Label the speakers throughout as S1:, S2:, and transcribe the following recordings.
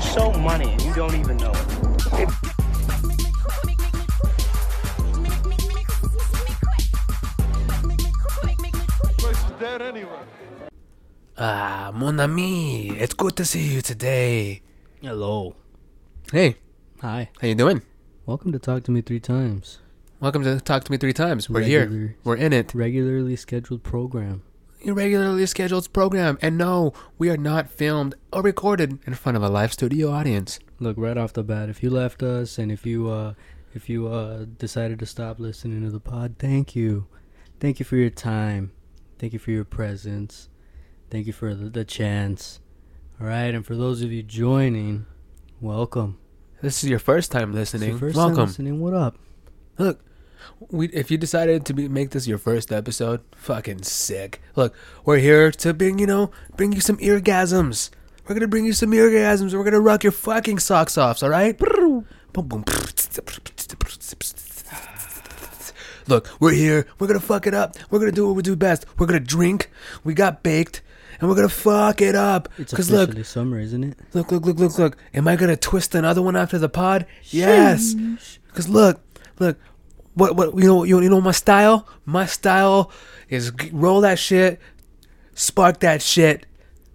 S1: so money and you don't even know it.
S2: Ah, mon ami, it's good to see you today.
S3: Hello.
S2: Hey,
S3: Hi.
S2: how you doing?
S3: Welcome to Talk to Me Three Times.
S2: Welcome to Talk to Me Three Times. We're here.
S3: Regular.
S2: We're in it.
S3: Regularly scheduled program.
S2: Irregularly scheduled program, and no, we are not filmed or recorded in front of a live studio audience.
S3: Look, right off the bat, if you left us and if you uh if you uh decided to stop listening to the pod, thank you. Thank you for your time. Thank you for your presence. Thank you for the, the chance. All right, and for those of you joining, welcome.
S2: This is your first time
S3: It's
S2: listening.
S3: your first
S2: Welcome.
S3: time listening. What up?
S2: Look, we if you decided to be, make this your first episode, fucking sick. Look, we're here to bring you know bring you some eargasms. We're gonna bring you some eargasms. We're gonna rock your fucking socks off. All right. Boom boom. Look, we're here. We're gonna fuck it up. We're gonna do what we do best. We're gonna drink. We got baked, and we're gonna fuck it up.
S3: It's
S2: Cause look,
S3: officially summer, isn't it?
S2: Look, look, look, look, look. Am I gonna twist another one after the pod? Yes. Cause look, look. What, what? You know, you, you know my style. My style is g- roll that shit, spark that shit,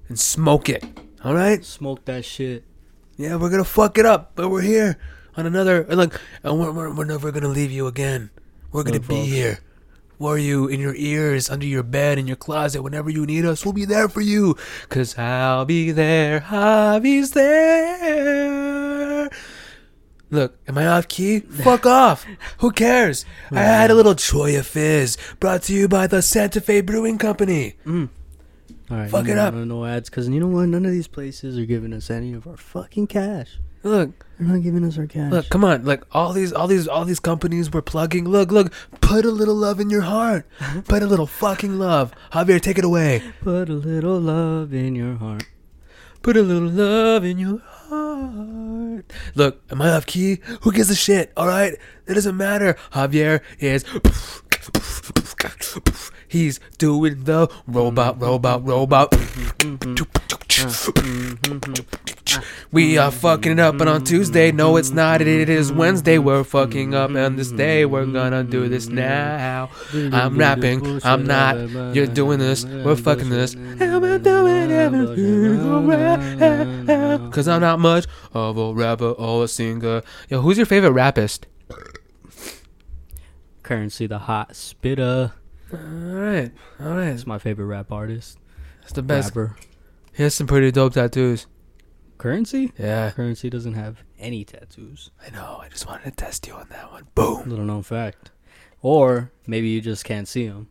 S2: and smoke it. All right.
S3: Smoke that shit.
S2: Yeah, we're gonna fuck it up, but we're here on another. And look, and we're, we're, we're never gonna leave you again. We're gonna
S3: Look,
S2: be
S3: folks.
S2: here. For you in your ears, under your bed, in your closet, whenever you need us, we'll be there for you. Cause I'll be there, Javi's there. Look, am I off key? Fuck off. Who cares? I had a little Choya Fizz brought to you by the Santa Fe Brewing Company.
S3: All right,
S2: Fuck
S3: Mm. no,
S2: it up.
S3: No, no ads, because you know what? None of these places are giving us any of our fucking cash.
S2: Look,
S3: They're not giving us our cash.
S2: Look, come on. Like all these all these all these companies we're plugging. Look, look, put a little love in your heart. Put a little fucking love. Javier, take it away.
S3: put a little love in your heart.
S2: Put a little love in your heart. Look, am I off key? Who gives a shit? All right? It doesn't matter. Javier is He's doing the robot, robot, robot.
S3: Mm-hmm.
S2: We are fucking it up, and on Tuesday, no, it's not. It is Wednesday. We're fucking up, and this day we're gonna do this now.
S3: Mm-hmm.
S2: I'm rapping. I'm not. You're doing this. We're fucking this. I'm doing everything alright. Cause I'm not much of a rapper or a singer. Yo, who's your favorite rappist?
S3: Currency the Hot Spitter.
S2: Alright, alright.
S3: That's my favorite rap artist.
S2: It's the best.
S3: Rapper.
S2: He has some pretty dope tattoos.
S3: Currency?
S2: Yeah.
S3: Currency doesn't have any tattoos.
S2: I know. I just wanted to test you on that one. Boom.
S3: Little known fact. Or maybe you just can't see him.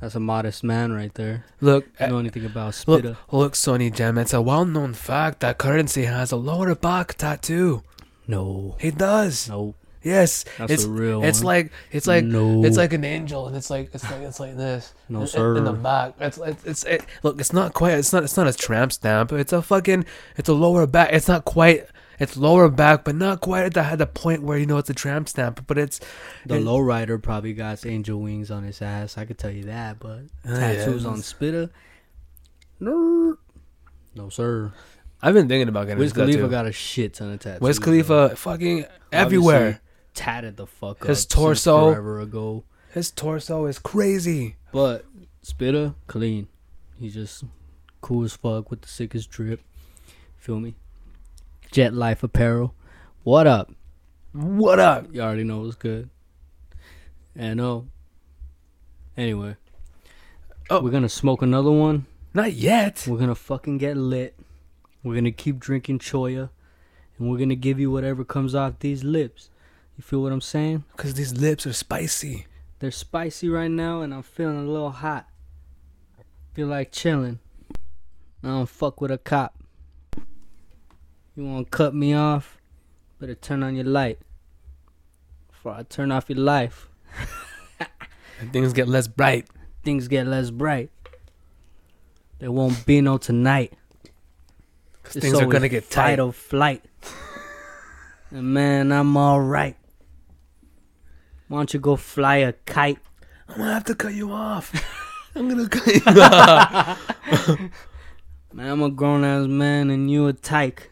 S3: That's a modest man right there.
S2: Look,
S3: You
S2: uh,
S3: know anything about
S2: look,
S3: Spitter?
S2: look, Sonny Jam. It's a well-known fact that Currency has a lower back tattoo.
S3: No.
S2: He does.
S3: No.
S2: Yes.
S3: That's
S2: it's
S3: a real
S2: It's
S3: one.
S2: like it's like
S3: No.
S2: it's like an angel, and it's like it's like it's like this.
S3: No,
S2: in,
S3: sir.
S2: In the back, it's it's, it's it, look. It's not quite. It's not. It's not a tramp stamp. It's a fucking. It's a lower back. It's not quite. It's lower back, but not quite at the, at the point where you know it's a tramp stamp. But it's
S3: The
S2: it-
S3: lowrider probably got angel wings on his ass. I could tell you that, but
S2: Oh, Yeah.
S3: tattoos on Spitter, no, no sir.
S2: I've been thinking about getting
S3: Wiz
S2: a tattoo.
S3: Khalifa got a shit ton of tattoos.
S2: Wiz
S3: though.
S2: Khalifa, fucking
S3: Obviously
S2: everywhere.
S3: tatted the fuck up.
S2: His
S3: since
S2: torso.
S3: forever ago,
S2: His torso is crazy.
S3: but Spitter clean. He's just cool as fuck with the sickest drip. Feel me? Jet Life Apparel. What up?
S2: What up?
S3: You already know what's good. And oh, anyway,
S2: Oh.
S3: we're gonna smoke another one.
S2: Not yet.
S3: We're gonna fucking get lit. We're gonna keep drinking choya, and we're gonna give you whatever comes off these lips. You feel what I'm saying?
S2: Because these lips are spicy.
S3: They're spicy right now, and I'm feeling a little hot. Feel like chilling. I don't fuck with a cop. You wanna cut me off? Better turn on your light. Before I turn off your life,
S2: And things get less bright.
S3: things get less bright. There won't be no tonight.
S2: 'Cause
S3: It's
S2: things are
S3: always
S2: going to get
S3: fight
S2: tight.
S3: or flight. and man, I'm all right. Why don't you go fly a kite?
S2: I'm going to have to cut you off. I'm going to cut you off.
S3: Man, I'm a grown ass man and you a tyke.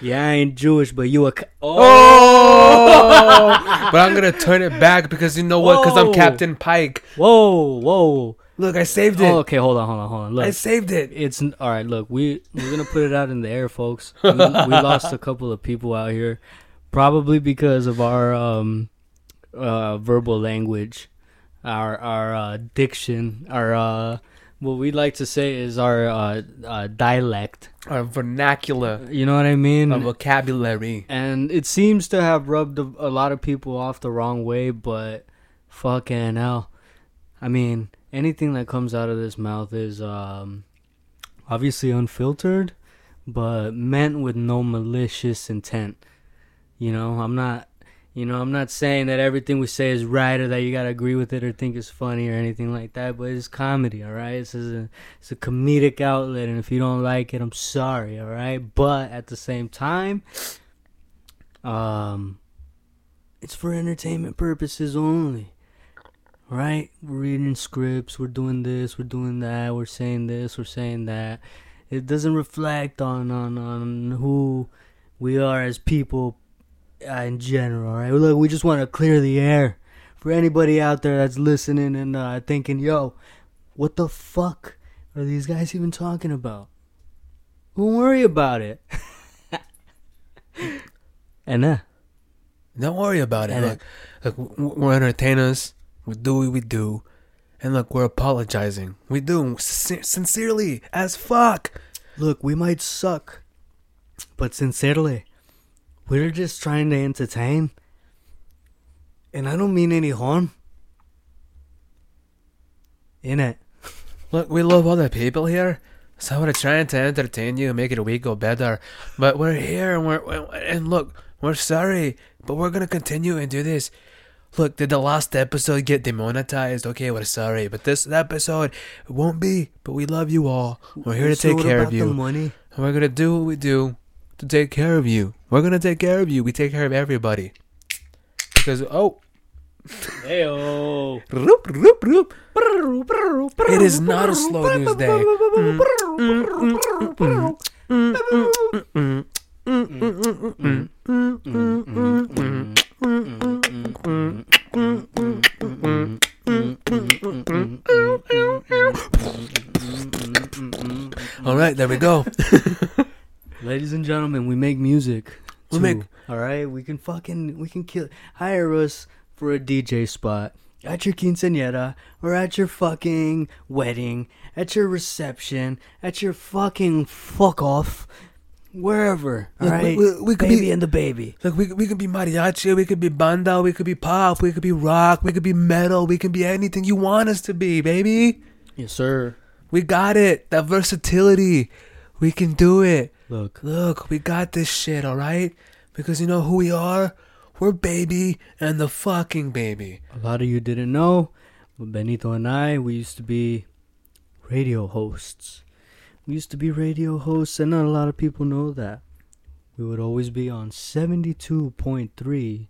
S3: Yeah, I ain't Jewish, but you a. c-
S2: oh! but I'm gonna turn it back because you know what? Because I'm
S3: Whoa.
S2: Captain Pike.
S3: Oh, Whoa, whoa.
S2: Look, I saved it.
S3: Oh, okay, hold on, hold on, hold on. Look,
S2: I saved it.
S3: it's all right. Look, we we're gonna put it out in the air, folks. We, we lost a couple of people out here, probably because of our um, uh, verbal language, our our uh, diction, our uh, what we like to say is our uh, uh, dialect.
S2: A vernacular,
S3: You know what I mean?
S2: a vocabulary.
S3: and it seems to have rubbed a, a lot of people off the wrong way but fucking hell i mean anything that comes out of this mouth is um obviously unfiltered but meant with no malicious intent you know i'm not you know i'm not saying that everything we say is right or that you gotta agree with it or think it's funny or anything like that but it's comedy all right this is a it's a comedic outlet and if you don't like it i'm sorry all right but at the same time um, it's for entertainment purposes only, right? We're reading scripts, we're doing this, we're doing that, we're saying this, we're saying that. It doesn't reflect on on on who we are as people uh, in general, right? Look, we just want to clear the air for anybody out there that's listening and uh, thinking, "Yo, what the fuck are these guys even talking about?" Don't worry about it. and uh,
S2: Don't worry about it.
S3: And
S2: Look, look, w- w- we're entertainers. We do what we do, and look, we're apologizing. We do sin- sincerely as fuck.
S3: Look, we might suck, but sincerely, we're just trying to entertain. And I don't mean any harm. In it.
S2: Look, we love other people here. So we're trying to entertain you, make your week go better. But we're here, and we're and look, we're sorry, but we're gonna continue and do this. Look, did the last episode get demonetized? Okay, we're sorry, but this episode won't be. But we love you all. We're here to
S3: So
S2: take
S3: what
S2: care
S3: about
S2: of you.
S3: The money?
S2: And we're gonna do what we do to take care of you. We're gonna take care of you. We take care of everybody. Because oh,
S3: Heyo.
S2: roop, roop, roop. it is not a slow news day. All right, there we go.
S3: Ladies and gentlemen, we make music.
S2: We
S3: too,
S2: make-
S3: All right, we can fucking we can kill hire us for a DJ spot at your quinceañera or at your fucking wedding, at your reception, at your fucking fuck off, wherever. All
S2: Look, we-
S3: right,
S2: we- we could
S3: baby
S2: be-
S3: and the baby.
S2: Look, we we could be mariachi, we could be banda, we could be pop, we could be rock, we could be metal, we can be anything you want us to be, baby.
S3: Yes, sir.
S2: We got it. That versatility, we can do it.
S3: Look,
S2: Look, we got this shit, all right? Because you know who we are? We're baby and the fucking baby.
S3: a lot of you didn't know, but Benito and I we used to be radio hosts. We used to be radio hosts, and not a lot of people know that. We would always be on 72.3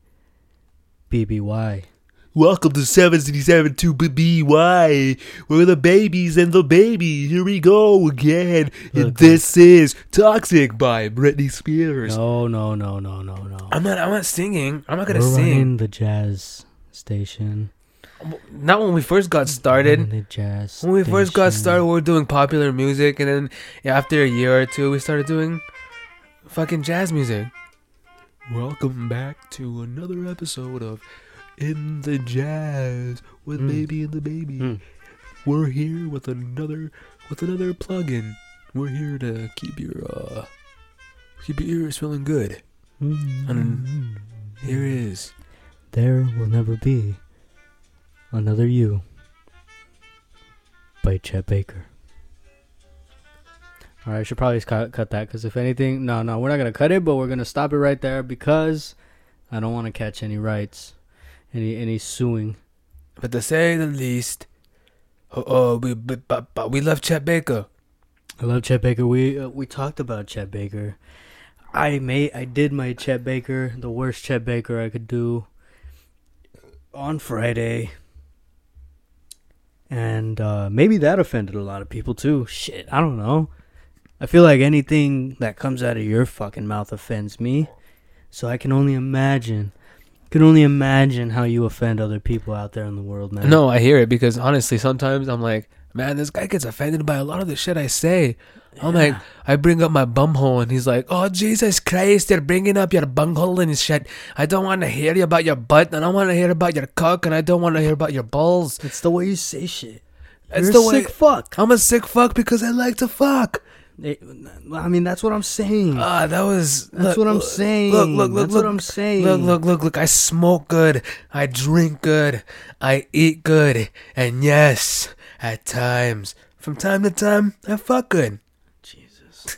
S3: BBY.
S2: Welcome to 772 BBY. We're the babies and the baby. Here we go again.
S3: Look,
S2: this is Toxic by Britney Spears.
S3: No, no, no, no, no, no.
S2: I'm not I'm not singing. I'm not gonna
S3: We're
S2: sing.
S3: running the jazz station.
S2: Not when we first got
S3: Running
S2: started.
S3: The jazz
S2: When we first got
S3: station.
S2: started, we were doing popular music, and then yeah, after a year or two, we started doing fucking jazz music. Welcome back to another episode of In the Jazz with
S3: Mm.
S2: Baby and the Baby.
S3: Mm.
S2: We're here with another with another plug-in. We're here to keep your uh keep your ears feeling good.
S3: Hmm. Mm.
S2: Here is
S3: There will never be another you by Chet Baker. All right, I should probably cut, cut that because if anything, no, no, we're not gonna cut it, but we're gonna stop it right there because I don't want to catch any rights, any any suing.
S2: but to say the least. Oh, oh we but, but, but we love Chet Baker.
S3: I love Chet Baker. We uh, we talked about Chet Baker. I made I did my Chet Baker, the worst Chet Baker I could do on Friday. And uh, maybe that offended a lot of people too. Shit, I don't know. I feel like anything that comes out of your fucking mouth offends me. So I can only imagine. Can only imagine how you offend other people out there in the world, man.
S2: No, I hear it because honestly, sometimes I'm like, man, this guy gets offended by a lot of the shit I say. I'm like, I bring up my bumhole, and he's like, oh, Jesus Christ, you're bringing up your bunghole and shit. I don't want to hear you about your butt, and I want to hear about your cock, and I don't want to hear about your balls.
S3: it's the way you say shit.
S2: It's
S3: You're
S2: the
S3: a
S2: way-
S3: sick fuck.
S2: I'm a sick fuck because I like to fuck.
S3: It- I mean, that's what I'm saying.
S2: Ah, that was.
S3: Mm. That's what I'm saying.
S2: Look, look, look,
S3: That's
S2: look.
S3: what I'm saying.
S2: Look, look, look, look. I smoke good. I drink good. I eat good. And yes, at times, from time to time, I fuck good.
S3: Jesus.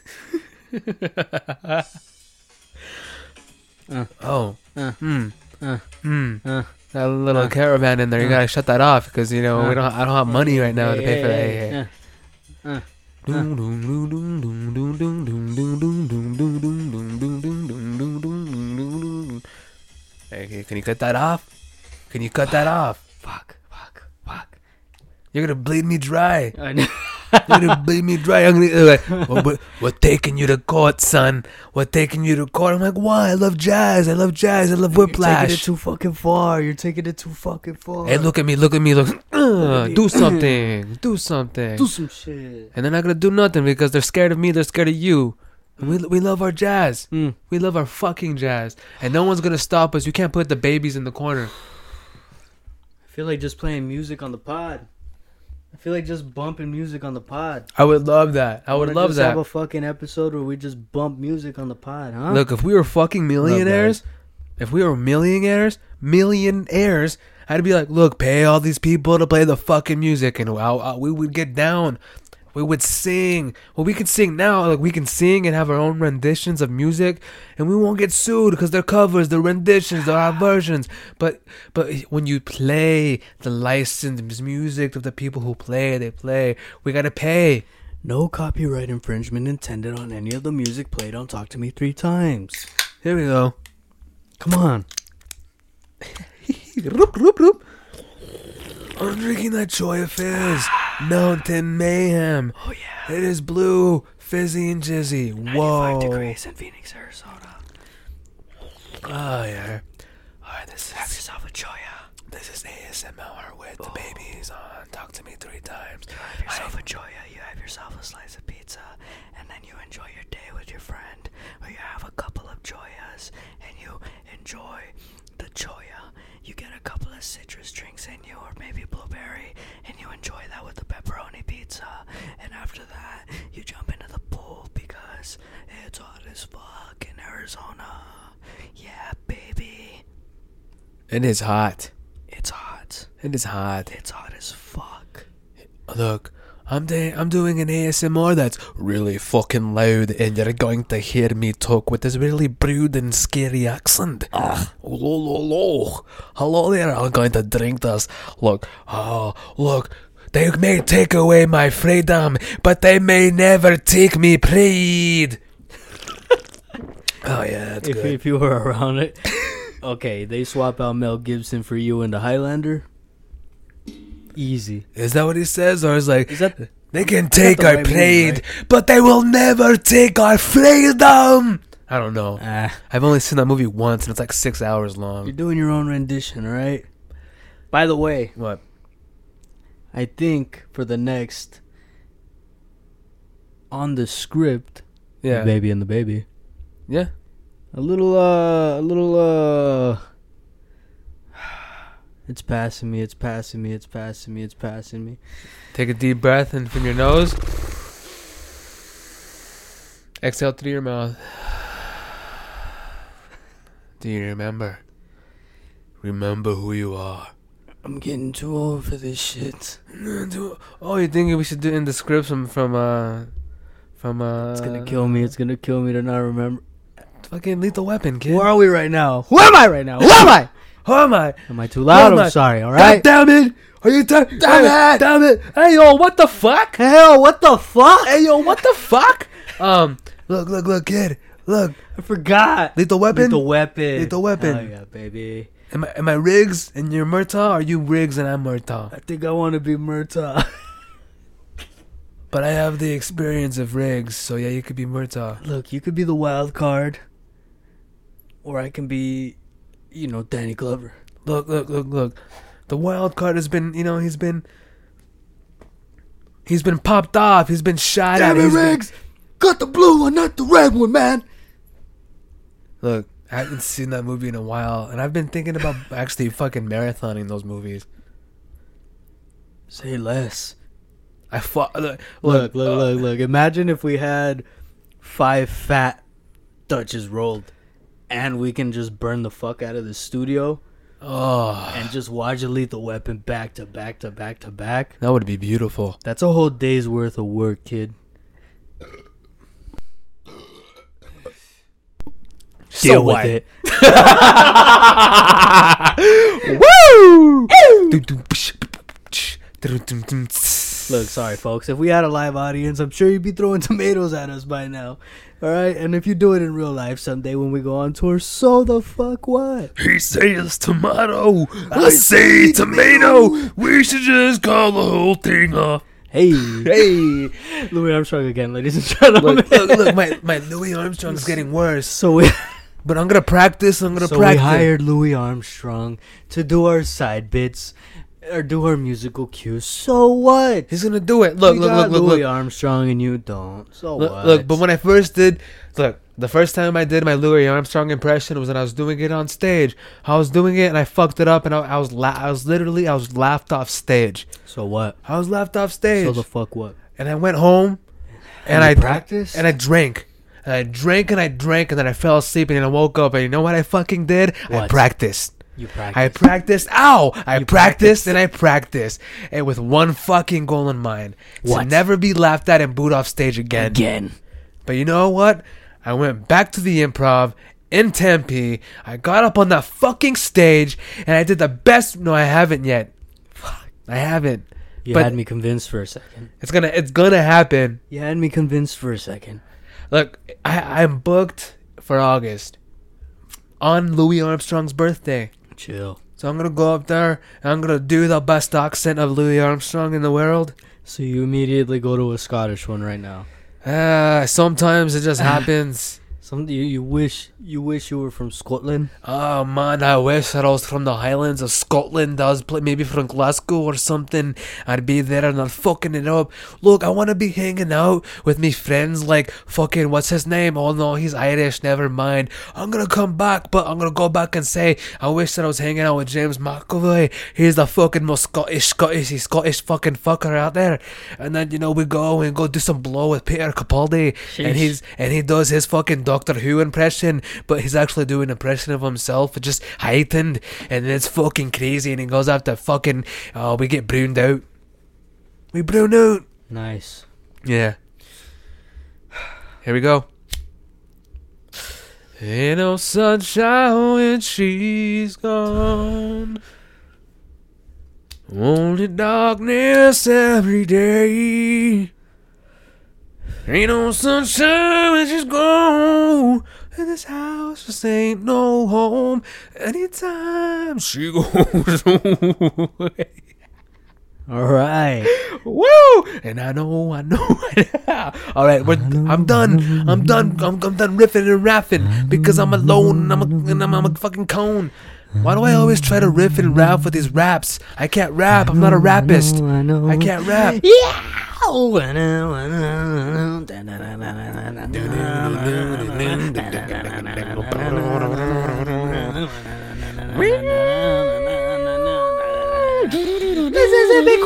S2: Oh.
S3: Uh,
S2: Hmm.
S3: uh,
S2: Hmm. Uh.
S3: uh.
S2: that little caravan in there. You gotta shut that off because you know we
S3: Uh.
S2: don't. I don't have money right now to pay for that. Hey, hey.
S3: Yeah.
S2: Hey, Can you cut that off? Can you cut that off?
S3: Fuck. Fuck. Fuck.
S2: You're gonna bleed me dry.
S3: I know.
S2: You're gonna bleed me dry. I'm gonna, like, "Well, we're, we're taking you to court, son. We're taking you to court. I'm like, why? I love jazz. I love jazz. I love
S3: You're taking it
S2: whiplash.
S3: too fucking far. You're taking it too fucking far.
S2: Hey, look at me. Look at me. Look. Uh, do something. Do something.
S3: Do some shit.
S2: And they're not gonna do nothing because they're scared of me. They're scared of you. And we we love our jazz.
S3: Mm.
S2: We love our fucking jazz. And no one's gonna stop us. You can't put the babies in the corner.
S3: I feel like just playing music on the pod. I feel like just bumping music on the pod.
S2: I would love that. I would
S3: Wanna
S2: love
S3: just
S2: that.
S3: Have a fucking episode where we just bump music on the pod, huh?
S2: Look, if we were fucking millionaires, if we were millionaires, millionaires, I'd be like, look, pay all these people to play the fucking music, and I'll, i we would get down. We would sing. Well, we can sing now. Like we can sing and have our own renditions of music, and we won't get sued because they're covers, they're renditions, they're our versions. But but when you play the licensed music of the people who play, they play. We gotta pay.
S3: No copyright infringement intended on any of the music played on Talk to Me three times.
S2: Here we go.
S3: Come on.
S2: Roop, roop, roop. I'm drinking that Joya Fizz Mountain Mayhem.
S3: Oh yeah.
S2: It is blue, fizzy, and jizzy. Whoa.
S3: in Phoenix, Arizona.
S2: Oh, yeah. All right, this is,
S3: yourself a joya.
S2: this is ASMR with the babies on Talk to Me Three Times.
S3: Have yourself a joya. You have yourself a slice of pizza, and then you enjoy your day with your friend, or you have a couple of joyas, and you enjoy the joya. You get a couple of citrus drinks in you, or maybe blueberry, and you enjoy that with the pepperoni pizza. And after that, you jump into the pool because it's hot as fuck in Arizona. Yeah, baby,
S2: It is hot.
S3: it's hot.
S2: It is hot.
S3: It's hot as fuck.
S2: Look, I'm da- I'm doing an ASMR that's really fucking loud, and you're going to hear me talk with this really rude and scary accent. Lo, lo, lo. Hello there. I'm going to drink this. Look, oh, look. They may take away my freedom, but they may never take me pride. oh yeah, that's
S3: if,
S2: good.
S3: if you were around it. okay, they swap out Mel Gibson for you in the Highlander. Easy.
S2: Is that what he says, or is like?
S3: Is that
S2: They can take
S3: the
S2: our
S3: right move,
S2: pride, but they will never take our freedom. I don't know.
S3: ah?
S2: I've only seen that movie once, and it's like six hours
S3: You're
S2: long.
S3: doing your own rendition, all right? By the way,
S2: What?
S3: I think for the next on the script,
S2: Yeah.
S3: the baby and the baby,
S2: Yeah.
S3: a little, uh, a little, uh. It's passing me, it's passing me, it's passing me, it's passing me.
S2: Take a deep breath in from your nose. Exhale through your mouth. Do you remember? Remember who you are.
S3: I'm getting too old for this shit.
S2: Oh, you think we should do in the script from from uh from uh?
S3: It's gonna kill me, it's gonna kill me to not remember.
S2: Fucking lethal weapon, kid.
S3: Where are we right now? Who am I right now? Who am I?
S2: Who am I?
S3: Am I too loud?
S2: Who am I?
S3: I'm sorry, alright?
S2: God damn it! Are you talking?
S3: Damn
S2: hey,
S3: it!
S2: Damn it! Hey yo, what the fuck?
S3: Hell, what the fuck?
S2: Hey yo, what the fuck? Um, look, look, look, kid. Look,
S3: I forgot.
S2: lethal weapon.
S3: Lethal weapon.
S2: Lethal Weapon.
S3: Hell yeah, baby.
S2: Am I, am I Riggs and you're Murtaugh? Or are you Riggs and I'm Murtaugh?
S3: I think I want to be Murtaugh.
S2: But I have the experience of rigs, so yeah, you could be Murtaugh.
S3: Look, you could be the wild card, or I can be, you know, Danny Glover.
S2: Look, look, look, look. The wild card has been, you know, he's been. He's been popped off. He's been shot at. he's been-
S3: Got the blue one, not the red one, man!
S2: Look, I haven't seen that movie in a while, and I've been thinking about actually fucking marathoning those movies.
S3: Say less.
S2: I fu- look,
S3: Look, look,
S2: uh,
S3: look, look. Imagine if we had five fat Dutches rolled, and we can just burn the fuck out of the studio
S2: Oh,
S3: and just watch Lethal Weapon back to back to back to back.
S2: that would be beautiful.
S3: That's a whole day's worth of work, kid. Deal with
S2: what?
S3: it.
S2: Woo!
S3: Look, sorry, folks. If we had a live audience, I'm sure you'd be throwing tomatoes at us by now. All right, and if you do it in real life someday when we go on tour, so the fuck what?
S2: He says tomato. I say tomato. We should just call the whole thing off.
S3: Hey, hey, Louis Armstrong again, ladies and gentlemen.
S2: Look, look, look, my, my Louis Armstrong's getting worse.
S3: So we,
S2: But I'm gonna practice. I'm gonna
S3: so we
S2: practice.
S3: hired Louis Armstrong to do our side bits or do our musical cues. So what?
S2: He's gonna do it. Look,
S3: We
S2: look,
S3: got
S2: look, look,
S3: Louis
S2: look,
S3: Armstrong and you don't. So
S2: look,
S3: what?
S2: look. But when I first did, look, the first time I did my Louis Armstrong impression was when I was doing it on stage. I was doing it and I fucked it up, and I, I was la- I was literally I was laughed off stage.
S3: so what?
S2: I was laughed off stage,
S3: So the fuck what?
S2: and I went home, and
S3: you
S2: I
S3: practiced?
S2: and I drank. And I drank and I drank and then I fell asleep and then I woke up and you know what I fucking did? I
S3: What?
S2: practiced.
S3: You practice.
S2: I practiced. Ow! I
S3: You
S2: practiced, and I practiced, and with one fucking goal in mind: to
S3: What?
S2: never be laughed at and booed off stage again.
S3: again.
S2: But you know what? I went back to the improv in Tempe. I got up on that fucking stage, and I did the best. No, I haven't yet. Fuck, I haven't.
S3: You
S2: but
S3: had me convinced for a second.
S2: it's gonna, it's gonna happen.
S3: You had me convinced for a second.
S2: Look, I, I'm booked for August on Louis Armstrong's birthday.
S3: Chill.
S2: So I'm gonna go up there and I'm gonna do the best accent of Louis Armstrong in the world.
S3: So you immediately go to a Scottish one right now.
S2: Uh, sometimes it just happens.
S3: Some you, you wish you wish you were from Scotland.
S2: Oh man, I wish that I was from the Highlands of Scotland. I was pl- maybe from Glasgow or something. I'd be there and I'd fucking it up. Look, I want to be hanging out with me friends like fucking what's his name? Oh no, he's Irish. Never mind. I'm gonna come back, but I'm gonna go back and say I wish that I was hanging out with James McAvoy. He's the fucking most Scottish, Scottish, he's Scottish fucking fucker out there. And then you know we go and go do some blow with Peter Capaldi, and
S3: Sheesh.
S2: he's and he does his fucking Doctor Who impression, but he's actually doing an impression of himself, just heightened, and it's fucking crazy. And he goes after fucking, oh, we get bruned out. We bruned out.
S3: Nice.
S2: Yeah. Here we go. Ain't no sunshine when she's gone. Only darkness every day. Ain't no sunshine when she's gone. And this house just ain't no home. Anytime she goes away.
S3: All right.
S2: Woo! And I know, I know. All right, we're, I'm done. I'm done. I'm, I'm done riffing and raffing because I'm alone and I'm a, and I'm, I'm a fucking cone. Why do I always try to riff and raff with these raps? I can't rap. I'm not a rapist.
S3: I know.
S2: I can't rap.
S3: This is a big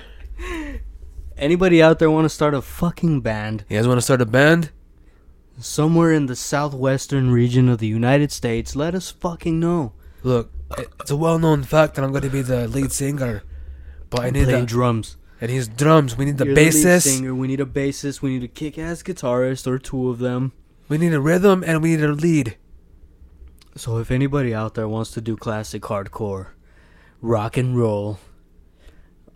S3: Anybody out there want to start a fucking band
S2: You guys want to start a band?
S3: somewhere in the southwestern region of the United States? Let us fucking know.
S2: Look, it's a well-known fact that I'm going to be the lead singer, but I need
S3: Playing
S2: that.
S3: drums.
S2: And he's drums. We need the
S3: You're lead
S2: bassist.
S3: singer. We need a bassist. We need a kick-ass guitarist or two of them.
S2: We need a rhythm, and we need a lead.
S3: So if anybody out there wants to do classic hardcore, rock and roll,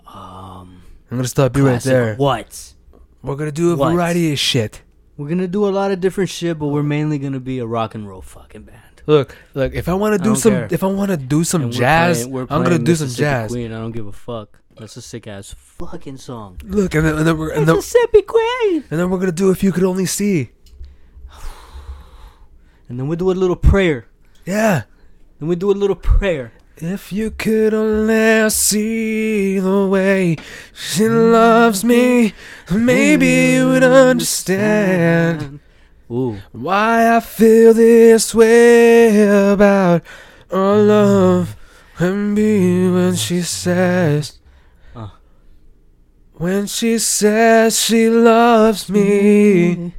S3: um,
S2: I'm gonna stop you right
S3: classic
S2: there.
S3: What?
S2: We're gonna do a
S3: What?
S2: variety of shit.
S3: We're gonna do a lot of different shit, but we're mainly gonna be a rock and roll fucking band.
S2: Look, look. If I want to do
S3: don't
S2: some,
S3: care.
S2: if I want to do some
S3: And we're
S2: jazz,
S3: playing- we're
S2: I'm gonna
S3: playing
S2: do some
S3: Mississippi
S2: jazz.
S3: Queen. I don't give a fuck. That's a sick ass fucking song.
S2: Look, and then, and then we're and then,
S3: Mississippi Queen.
S2: and then we're gonna do if you could only see.
S3: And then we do a little prayer.
S2: Yeah.
S3: Then we do a little prayer.
S2: If you could only see the way she loves me, maybe you would understand.
S3: Ooh.
S2: Why I feel this way about our love and be when she says,
S3: Uh.
S2: when she says she loves me.
S3: Mm.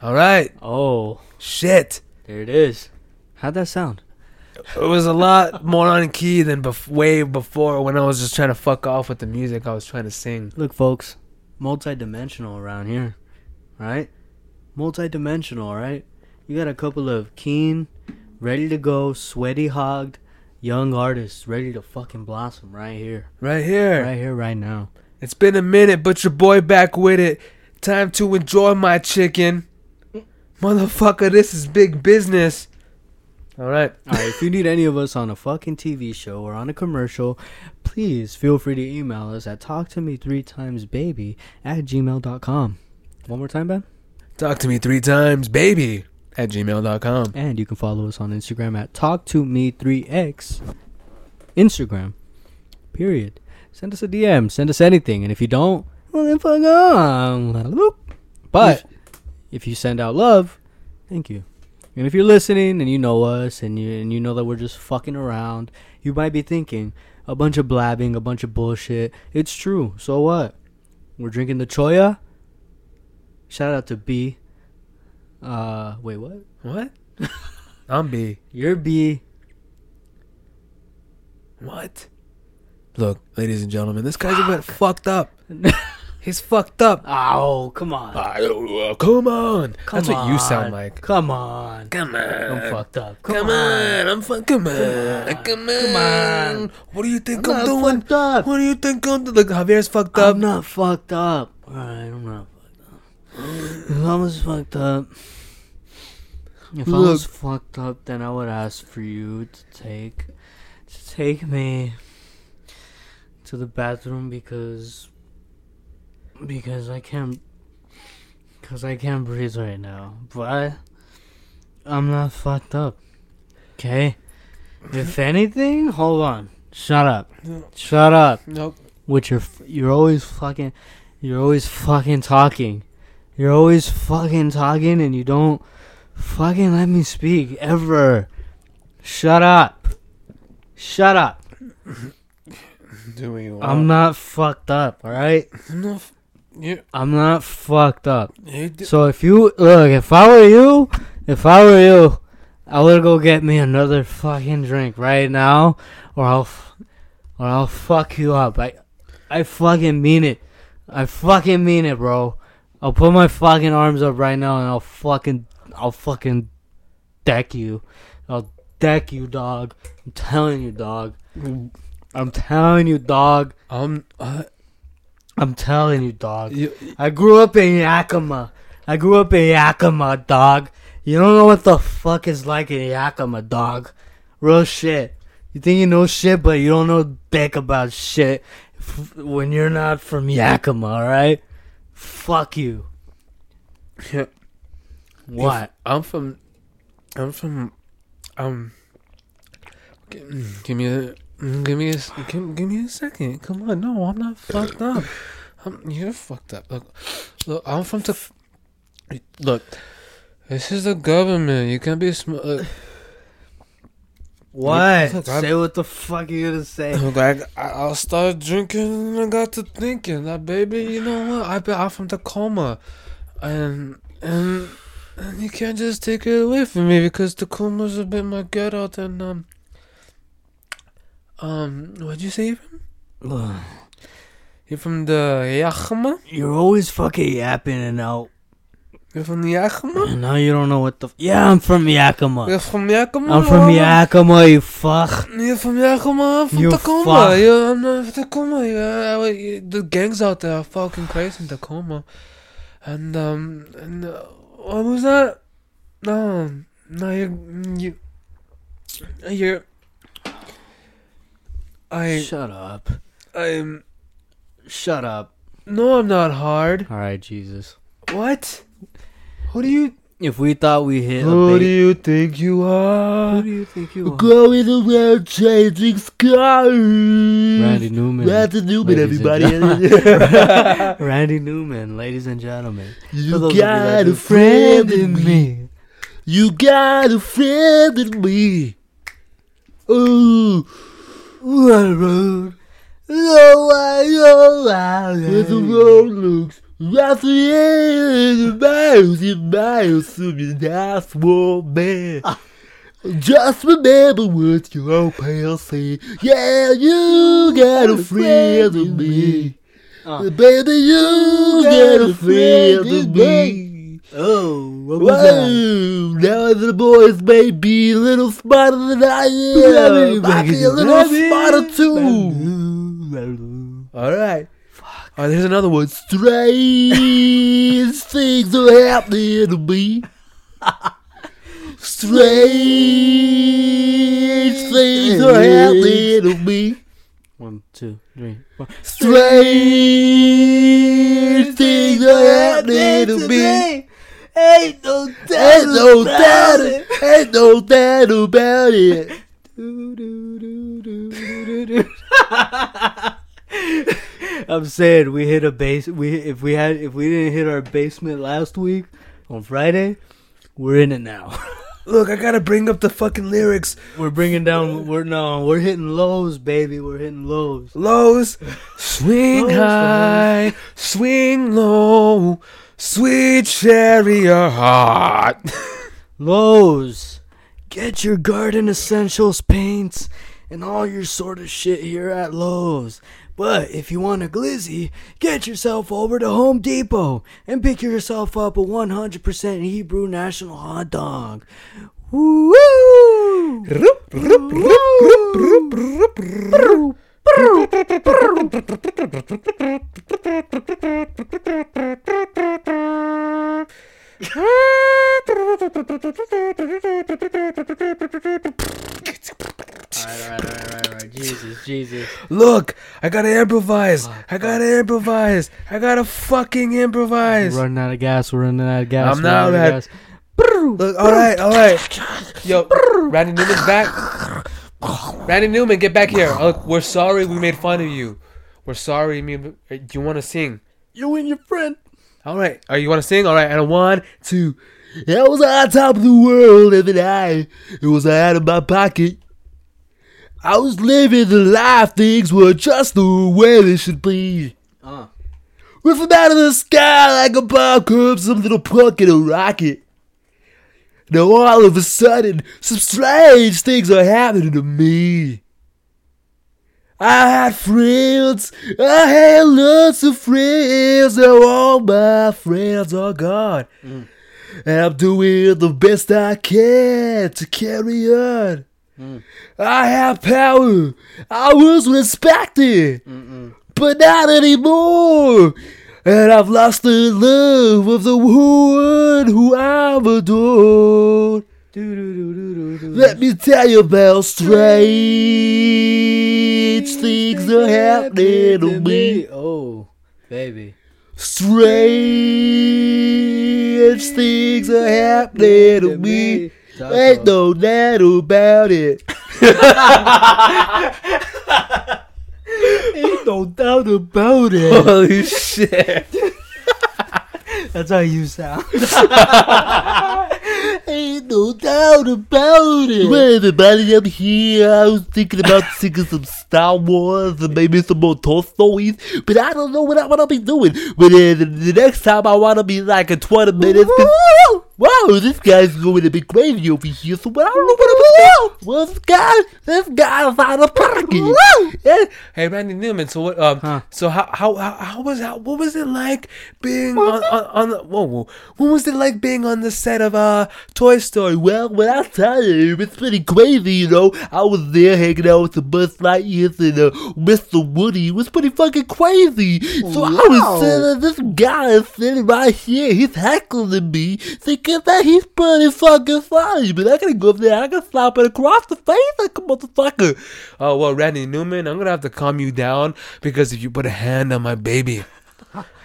S2: All right,
S3: Oh,
S2: shit.
S3: there it is. How'd that sound?
S2: It was a lot more on key than bef- way before when I was just trying to fuck off with the music I was trying to sing.
S3: Look, folks, multi-dimensional around here, right? Multi-dimensional, right? You got a couple of keen, ready to go, sweaty hogged, young artists ready to fucking blossom right here,
S2: Right here.
S3: right here, right now.
S2: It's been a minute, but your boy back with it. Time to enjoy my chicken. Motherfucker, this is big business. All right.
S3: All right, if you need any of us on a fucking TV show or on a commercial, please feel free to email us at talktome3timesbaby at gmail.com. One more time, Ben?
S2: Talk to me three times, baby, at gmail.com.
S3: And you can follow us on Instagram at talktome3x. Instagram. Period. Send us a DM. Send us anything. And if you don't, well, then fuck on. But if you send out love, thank you. And if you're listening and you know us and you and you know that we're just fucking around, you might be thinking a bunch of blabbing, a bunch of bullshit. It's true. So what? We're drinking the Choya. Shout out to B. Uh, wait, what?
S2: What? I'm B.
S3: You're B.
S2: What? Look, ladies and gentlemen, this guy's a bit fucked up. He's fucked up.
S3: Oh, come on.
S2: Ah, uh, come on.
S3: Come
S2: That's what you
S3: on.
S2: sound like.
S3: Come on.
S2: Come on.
S3: I'm fucked up. Come,
S2: Come on, I'm fucking come on, come on. What do you think I'm,
S3: not
S2: doing?
S3: fucked up.
S2: What do you think I'm doing? Look, Javier's fucked up.
S3: I'm not fucked up. Alright, I'm not fucked up. If I was fucked up. If I was fucked up, then I would ask for you to take to take me to the bathroom because because I can't because I can't breathe right now. But I'm not fucked up. Okay? If anything, hold on. Shut up. Shut up
S2: Nope.
S3: with your f- you're always fucking you're always fucking talking you're always fucking talking and you don't fucking let me speak ever shut up shut up
S2: Do we?
S3: i'm not fucked up all right
S2: No. f- You.
S3: i'm not fucked up
S2: You. d-
S3: so if you look if i were you if i were you i would go get me another fucking drink right now or i'll f- or i'll fuck you up i I fucking mean it. I fucking mean it, bro. I'll put my fucking arms up right now and I'll fucking I'll fucking deck you. I'll deck you, dog. I'm telling you, dog. I'm telling you, dog.
S2: Um. Uh,
S3: I'm telling you, dog.
S2: you,
S3: I grew up in Yakima. I grew up in Yakima, dog. You don't know what the fuck is like in Yakima, dog. Real shit. You think you know shit, but you don't know dick about shit f- when you're not from Yakima, alright? Fuck you.
S2: Yeah.
S3: What?
S2: I'm from. I'm from. Um. g- Give me a. Give me a. s- Give, give me a second. Come on. No, I'm not fucked up. I'm, you're fucked up. Look. Look. I'm from. T- look. This is the government. You can't be. Sm- uh, look,
S3: What?
S2: Look, I'm-
S3: say what the fuck you gonna say.
S2: Look, I, I I started drinking and I got to thinking that baby, you know what? I be, I'm from Tacoma, and and and you can't just take it away from me because Tacoma's a bit my get out and um um what'd you say? You're from?
S3: Ugh.
S2: You're from the Yakima?
S3: You're always fucking yapping and out.
S2: You're from the Yakima?
S3: And now you don't know what the. F- yeah, I'm from Yakima.
S2: You're from Yakima? Oh,
S3: I'm from Yakima, you fuck.
S2: You're from Yakima. I'm from
S3: You
S2: Tacoma.
S3: fuck.
S2: Yeah, I'm not from Tacoma. Yeah, I- I- the gangs out there are fucking crazy in Tacoma. And um, and uh, what was that? No, no, you, you, you're. I,
S3: Shut up.
S2: I'm,
S3: Shut up.
S2: No, I'm not hard.
S3: All right, Jesus.
S2: What? Who do you?
S3: If we thought we hit a
S2: Who do
S3: big,
S2: you think you
S3: who
S2: are?
S3: do you think you are?
S1: Going around changing skies.
S3: Randy Newman.
S1: Randy Newman,
S3: ladies and
S1: everybody.
S3: gen- Randy Newman, ladies and gentlemen. For
S1: You
S3: those of you that
S1: got
S3: do-
S1: a friend in me. You got a friend in me. Ooh.
S3: Ooh, I rode. No, I, no, I,
S1: Where the road looks roughly in miles and miles from your nice warm man. Just remember what your old pal said. Yeah, you got a friend in me.
S3: Uh.
S1: Baby, you got a friend in me.
S3: Oh, what was that?
S1: Whoa, now the boys may be a little smarter than I am. I be a little smarter too.
S3: too.
S2: All right. Fuck. Oh, there's another one.
S1: Strange things are happening to me. Strange things are happening to me.
S3: One, two, three, four.
S1: Strange things are happening to me.
S3: Ain't no doubt.
S1: Ain't no doubt, ain't no doubt about it.
S3: I'm saying we hit a base. We if we had if we didn't hit our basement last week on Friday, we're in it now.
S2: Look, I gotta bring up the fucking lyrics.
S3: we're bringing down. We're no. We're hitting lows, baby. We're hitting lows.
S2: Lows, swing
S3: Lows,
S2: high, swing low, sweet chariot heart.
S3: Lowe's. Get your garden essentials paints and all your sort of shit here at Lowe's. But if you want a glizzy, get yourself over to Home Depot and pick yourself up a 100% Hebrew National hot dog. Woo! Jesus, Jesus.
S2: Look, I gotta improvise.
S3: Oh,
S2: I gotta improvise. I gotta fucking improvise.
S3: running out of gas. We're running out of gas.
S2: I'm
S3: we're
S2: not
S3: running out of gas.
S2: Look, all right, all right. Yo, Randy Newman's back. Randy Newman, get back here. Look, we're sorry we made fun of you. We're sorry. Me, do you want to sing?
S3: You and your friend.
S2: All right. Are you want to sing? All right. And a one, two.
S1: I was on top of the world and then I it was out of my pocket. I was living the life things were just the way they should be.
S3: Uh.
S1: We're from out of the sky like a bomb comes some little punk in a rocket. Now all of a sudden, some strange things are happening to me. I had friends, I had lots of friends, now all my friends are gone. And I'm doing the best I can to carry on. I have power. I was respected. But not anymore. And I've lost the love of the woman who I've adored. Let me tell you about strange things are happening to me.
S3: Oh, baby.
S1: Strange things are happening to me. Ain't no doubt about it.
S3: Ain't no doubt about it.
S2: Holy shit.
S3: That's how you sound.
S1: Ain't no doubt about it. Well, everybody, I'm here. I was thinking about singing some Star Wars and maybe some more Tolstoy's, but I don't know what I want to be doing. But uh, the, the next time I want to be like in 20 minutes. 'cause- Wow, this guy's going a bit crazy over here, so I don't know what I'm doing. Well, this guy, this guy's out of pocket. Yeah,
S2: Hey, Randy Newman. So what? Um.
S3: Huh.
S2: So how, how how how was how, what was it like being on on, on the, whoa, whoa what was it like being on the set of uh Toy Story?
S1: Well, when I tell you, it's pretty crazy, you know. I was there hanging out with the Buzz Lightyears and uh, Mr. Woody. It was pretty fucking crazy. So I was
S3: Wow.
S1: sitting, this guy is sitting right here. He's heckling me, thinking get that. He's pretty fucking funny, but I gotta go up there. I gotta slap it across the face like a motherfucker.
S2: Oh well, Randy Newman, I'm gonna have to calm you down because if you put a hand on my baby,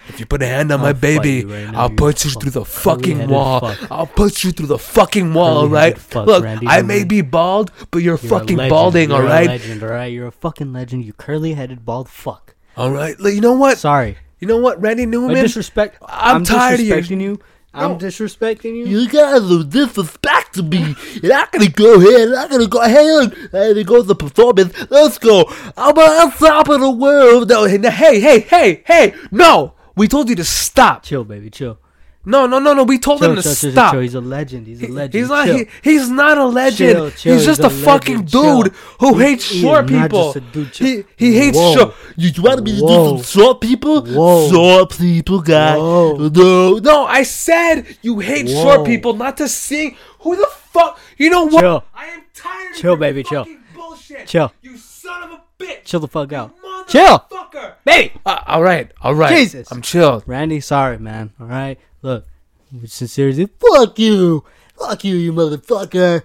S2: if you put a hand on my
S3: fight
S2: baby,
S3: you right now,
S2: I'll
S3: you
S2: put you through the fucking
S3: curly-headed
S2: wall.
S3: fuck.
S2: I'll put you through the fucking wall, all
S3: Curly-headed
S2: right?
S3: fuck,
S2: Look,
S3: Randy
S2: I may
S3: Newman.
S2: be bald, but you're,
S3: You're a
S2: fucking
S3: legend.
S2: balding, all
S3: You're
S2: right?
S3: A legend, all right. You're a fucking legend. You curly headed bald fuck.
S2: All right. Look, you know what?
S3: Sorry.
S2: You know what, Randy Newman?
S3: I disrespect.
S2: I'm tired of you.
S3: disrespecting you. I'm
S2: No.
S3: disrespecting you.
S1: You guys are disrespecting me, and I gotta go ahead. I gotta go ahead. And it goes the performance. Let's go. I'm on top of the world.
S2: No, hey, hey, hey, hey, hey! No, we told you to stop.
S3: Chill, baby. Chill.
S2: No, no, no, no. We told
S3: Chill,
S2: him to
S3: chill, chill, chill,
S2: stop.
S3: chill. He's a legend. He's a
S2: He-
S3: legend.
S2: He's not.
S3: Chill.
S2: He, he's not a legend.
S3: Chill, chill,
S2: he's just
S3: he's
S2: a,
S3: a
S2: fucking
S3: legend, chill.
S2: dude who
S3: He-
S2: hates
S3: he is
S2: short
S3: not
S2: people.
S3: just a dude, chill.
S2: he he hates
S3: Whoa.
S2: short.
S1: You, you want me to do
S3: Whoa.
S1: some short people?
S3: Whoa.
S1: Short people, guy.
S3: Whoa.
S1: No,
S2: No, I said you hate
S3: Whoa.
S2: short people, not to sing. Who the fuck? You know what?
S3: Chill.
S2: I am tired.
S3: Chill,
S2: of your
S3: baby, chill.
S2: fucking Bullshit.
S3: Chill.
S2: You son of a bitch.
S3: Chill the fuck out.
S2: You
S3: Chill.
S2: motherfucker.
S3: Baby.
S2: Uh, all right. All right.
S3: Jesus.
S2: I'm chilled.
S3: Randy, sorry, man. All right. Look, with sincerity.
S1: fuck you, fuck you, you motherfucker.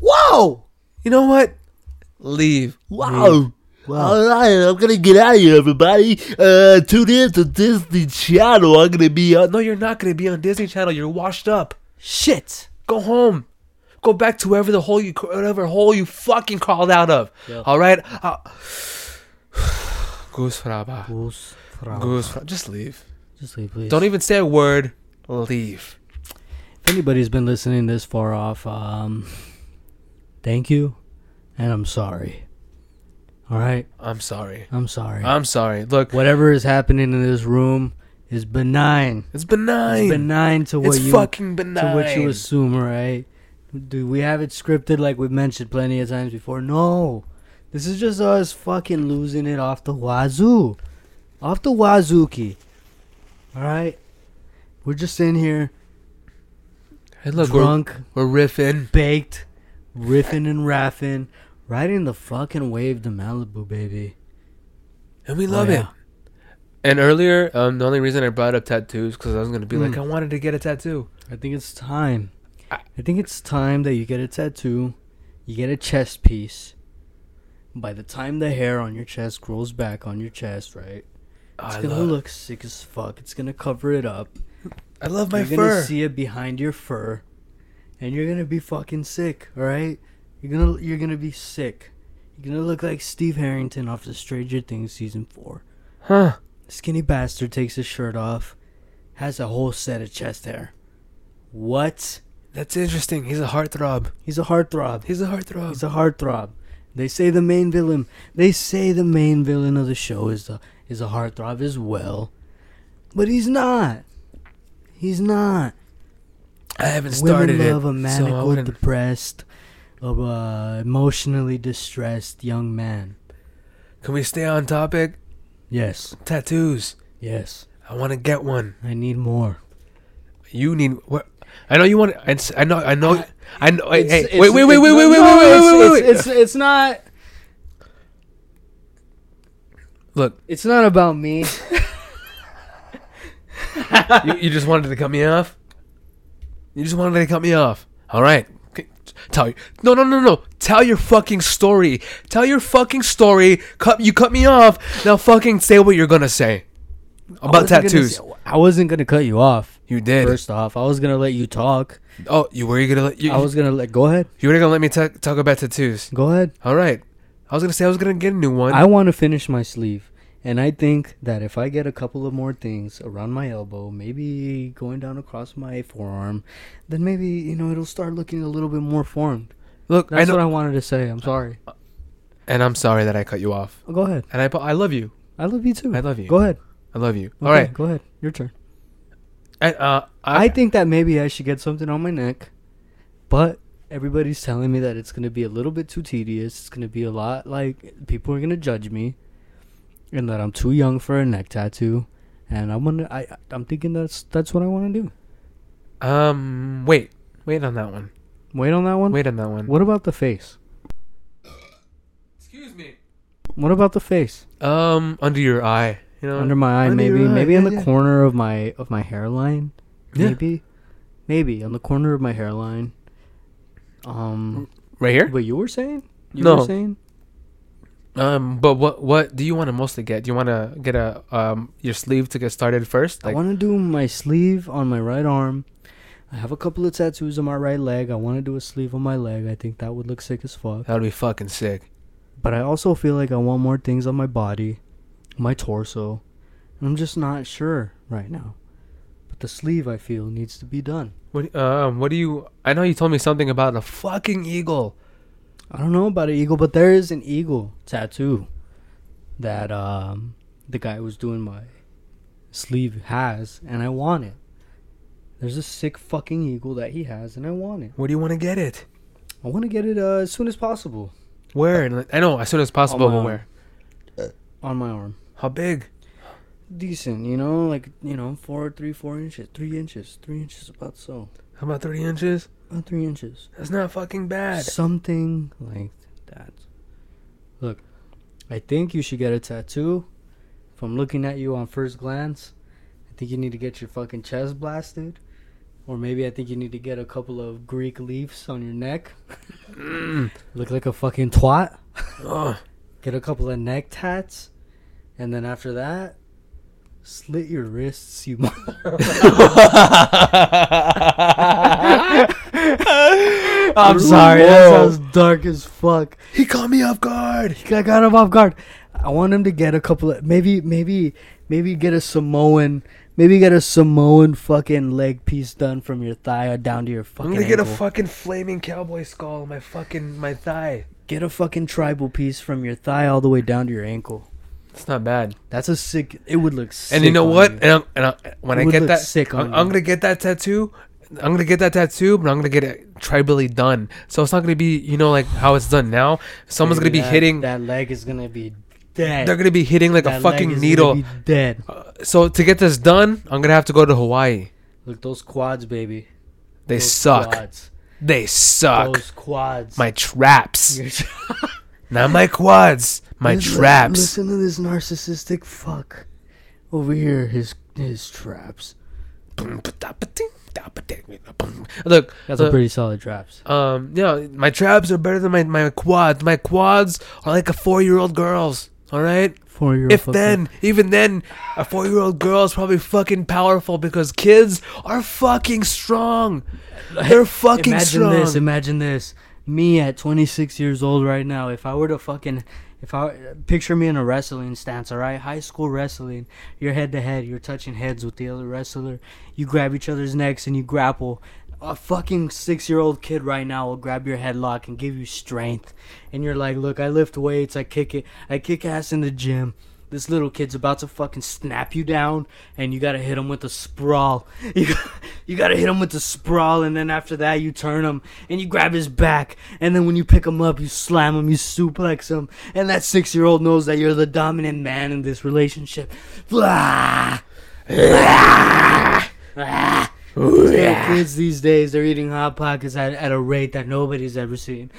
S1: Whoa.
S2: You know what? Leave.
S1: Wow.
S3: Mm. Wow.
S1: All right, I'm gonna get out of here, everybody. Uh, tune in to Disney Channel. I'm gonna be on.
S2: Uh, No, you're not gonna be on Disney Channel. You're washed up.
S3: Shit.
S2: Go home. Go back to wherever the hole you whatever hole you fucking crawled out of.
S3: Yeah.
S2: All right. Uh, Goose Fraba.
S3: Goose.
S2: Goose Fraba. Just leave.
S3: Just leave, please.
S2: Don't e- even say a word. Leave.
S3: if anybody's been listening this far off, um, thank you, and I'm sorry. All right,
S2: I'm sorry.
S3: I'm sorry.
S2: I'm sorry. Look,
S3: Whatever is happening in this room is benign.
S2: it's benign.
S3: It's
S2: It's,
S3: benign to what you
S2: fucking benign.
S3: to what you assume, all right? Do we have it scripted like we've mentioned plenty of times before? No, this is just us fucking losing it off the wazoo, off the wazooki. All right, we're just in here
S2: hey, look, we're,
S3: drunk.
S2: we're riffing.
S3: baked, riffing and raffing, riding the fucking wave to Malibu, baby.
S2: And we love
S3: Oh, yeah.
S2: it. And earlier, um, the only reason I brought up tattoos because I was gonna be like,
S3: Mm.
S2: I wanted to get a tattoo.
S3: I think it's time.
S2: I-
S3: I think it's time that you get a tattoo, you get a chest piece. By the time the hair on your chest grows back on your chest, right?
S2: Oh,
S3: It's
S2: I,
S3: gonna
S2: love,
S3: look sick as fuck. It's gonna cover it up.
S2: I love my
S3: you're
S2: fur.
S3: gonna see it behind your fur, and you're gonna be fucking sick. All right, you're gonna you're gonna be sick. You're gonna look like Steve Harrington off the Stranger Things season four.
S2: huh?
S3: Skinny bastard takes his shirt off, has a whole set of chest hair. What?
S2: That's interesting. He's a heartthrob.
S3: He's a heartthrob.
S2: He's a heartthrob.
S3: He's a heartthrob. They say the main villain. They say the main villain of the show is the is a heartthrob as well, but he's not. He's not.
S2: I haven't started
S3: Women love
S2: it.
S3: a
S2: so I
S3: maniacal,
S2: wouldn't-
S3: depressed, of uh, emotionally distressed young man.
S2: Can we stay on topic?
S3: Yes.
S2: Tattoos.
S3: Yes.
S2: I want to get one.
S3: I need more.
S2: You need what? I know you want. It's, I know. I know.
S3: I-
S2: I know. Hey,
S3: It's-
S2: hey, wait,
S3: it's-
S2: wait, wait, wait,
S3: no,
S2: wait, wait, wait,
S3: no,
S2: wait, wait,
S3: it's-
S2: wait,
S3: It's, it's, it's not.
S2: Look,
S3: It's not about me.
S2: you, you just wanted to cut me off. You just wanted to cut me off. All right. Okay, Tell you. No, no, no, no. Tell your fucking story. Tell your fucking story. Cut. You cut me off. Now fucking say what you're gonna say
S3: I
S2: about
S3: wasn't gonna
S2: tattoos.
S3: say- I wasn't gonna cut you off.
S2: You did.
S3: First off, I was gonna let you talk.
S2: oh, you were you gonna let you?
S3: I was gonna let. Go ahead.
S2: you were gonna let me ta- talk about tattoos.
S3: Go ahead.
S2: All right. I was gonna say I was gonna get a new one.
S3: I want to finish my sleeve, and I think that if I get a couple of more things around my elbow, maybe going down across my forearm, then maybe you know it'll start looking a little bit more formed.
S2: Look, I
S3: That's
S2: know,
S3: what I wanted to say. I'm sorry.
S2: and I'm sorry that I cut you off.
S3: Go ahead.
S2: And I, I love you.
S3: I love you too.
S2: Uh, I love you.
S3: Go ahead.
S2: I love you.
S3: Okay,
S2: All right.
S3: Go ahead. Your turn.
S2: And, uh, I,
S3: I think that maybe I should get something on my neck, but everybody's telling me that it's going to be a little bit too tedious. It's going to be a lot like people are going to judge me, and that I'm too young for a neck tattoo. And I'm gonna, I, I'm thinking that's that's what I want to do.
S2: um wait, wait on that one.
S3: Wait on that one.
S2: Wait on that one.
S3: What about the face?
S2: Excuse me.
S3: What about the face?
S2: Um, under your eye. You know,
S3: Under my eye,
S2: Uh, under your
S3: maybe,
S2: eye,
S3: maybe in
S2: yeah,
S3: the
S2: yeah.
S3: corner of my of my hairline,
S2: Yeah.
S3: maybe, Maybe on the corner of my hairline. Um,
S2: Right here.
S3: what you were saying? You
S2: No.
S3: were saying?
S2: Um, but what what do you want to mostly get? Do you want to get a um your sleeve to get started first?
S3: I
S2: Like,
S3: want to do my sleeve on my right arm. I have a couple of tattoos on my right leg. I want to do a sleeve on my leg. I think that would look sick as fuck.
S2: that would be fucking sick.
S3: But I also feel like I want more things on my body, my torso. And I'm just not sure right now. But the sleeve, I feel, needs to be done.
S2: What um what do you? I know you told me something about a fucking eagle.
S3: I don't know about an eagle, but there is an eagle tattoo that um, the guy who was doing my sleeve has, and I want it. There's a sick fucking eagle that he has, and I want it.
S2: Where do you want to get it?
S3: I want to get it uh, as soon as possible
S2: Where? And like, I know as soon as possible,
S3: On my
S2: but
S3: arm.
S2: where?
S3: on my arm.
S2: How big?
S3: Decent, you know, like you know, four, three, four inches, three inches, three inches, about so,
S2: How about thirty inches?
S3: about three inches,
S2: That's not fucking bad.
S3: something like that. Look, I think you should get a tattoo. If I'm looking at you on first glance, I think you need to get your fucking chest blasted, or maybe I think you need to get a couple of Greek leaves on your neck.
S2: Mm.
S3: Look like a fucking twat.
S2: Oh,
S3: get a couple of neck tats, and then after that, slit your wrists, you. I'm sorry, that
S2: Whoa.
S3: sounds dark as fuck.
S1: He caught me off guard.
S3: I got him off guard. I want him to get a couple of maybe, maybe, maybe get a Samoan, maybe get a Samoan fucking leg piece done from your thigh or down to your
S2: I'm
S3: fucking.
S2: gonna get a
S3: ankle.
S2: fucking flaming cowboy skull on my fucking my thigh.
S3: get a fucking tribal piece from your thigh all the way down to your ankle.
S2: It's not bad.
S3: That's a sick. It would look. sick
S2: and you know
S3: on
S2: what?
S3: you.
S2: And, I'm, and i when
S3: It
S2: I
S3: would
S2: get
S3: look
S2: that,
S3: sick on
S2: I'm, I'm
S3: you.
S2: gonna get that tattoo. I'm gonna get that tattoo, but I'm gonna get it tribally done. So it's not gonna be, you know, like how it's done now. Someone's
S3: Maybe
S2: gonna be
S3: that-
S2: hitting.
S3: That leg is gonna be dead.
S2: they're gonna be hitting like a
S3: That leg
S2: fucking
S3: is
S2: needle.
S3: gonna be dead.
S2: Uh, so to get this done, I'm gonna have to go to Hawaii.
S3: Look those quads, baby.
S2: They
S3: Those
S2: suck.
S3: Quads.
S2: They suck.
S3: Those quads.
S2: My traps,
S3: You're-
S2: not my quads. My
S3: Listen-
S2: traps.
S3: Listen to this narcissistic fuck over here. His his traps.
S2: Look,
S3: That's
S2: look,
S3: a pretty solid traps.
S2: Um, you know, my traps are better than my, my quads. My quads are like a four year old girl's. All right.
S3: Four year old.
S2: If then, even then, a four year old girl's probably fucking powerful because kids are fucking strong. They're fucking
S3: imagine
S2: strong.
S3: this. Imagine this. Me at 26 years old right now. If I were to fucking, if I picture me in a wrestling stance, all right, high school wrestling. You're head to head. You're touching heads with the other wrestler. You grab each other's necks and you grapple. A fucking six year old kid right now will grab your headlock and give you strength. And you're like, look, I lift weights. I kick it. I kick ass in the gym. This little kid's about to fucking snap you down, and you gotta hit him with a sprawl. You, you gotta hit him with a sprawl, and then after that, you turn him and you grab his back. And then when you pick him up, you slam him, you suplex him. And that six year old knows that you're the dominant man in this relationship. Blah! Blah! Little kids these days, they're eating Hot Pockets at, at a rate that nobody's ever seen.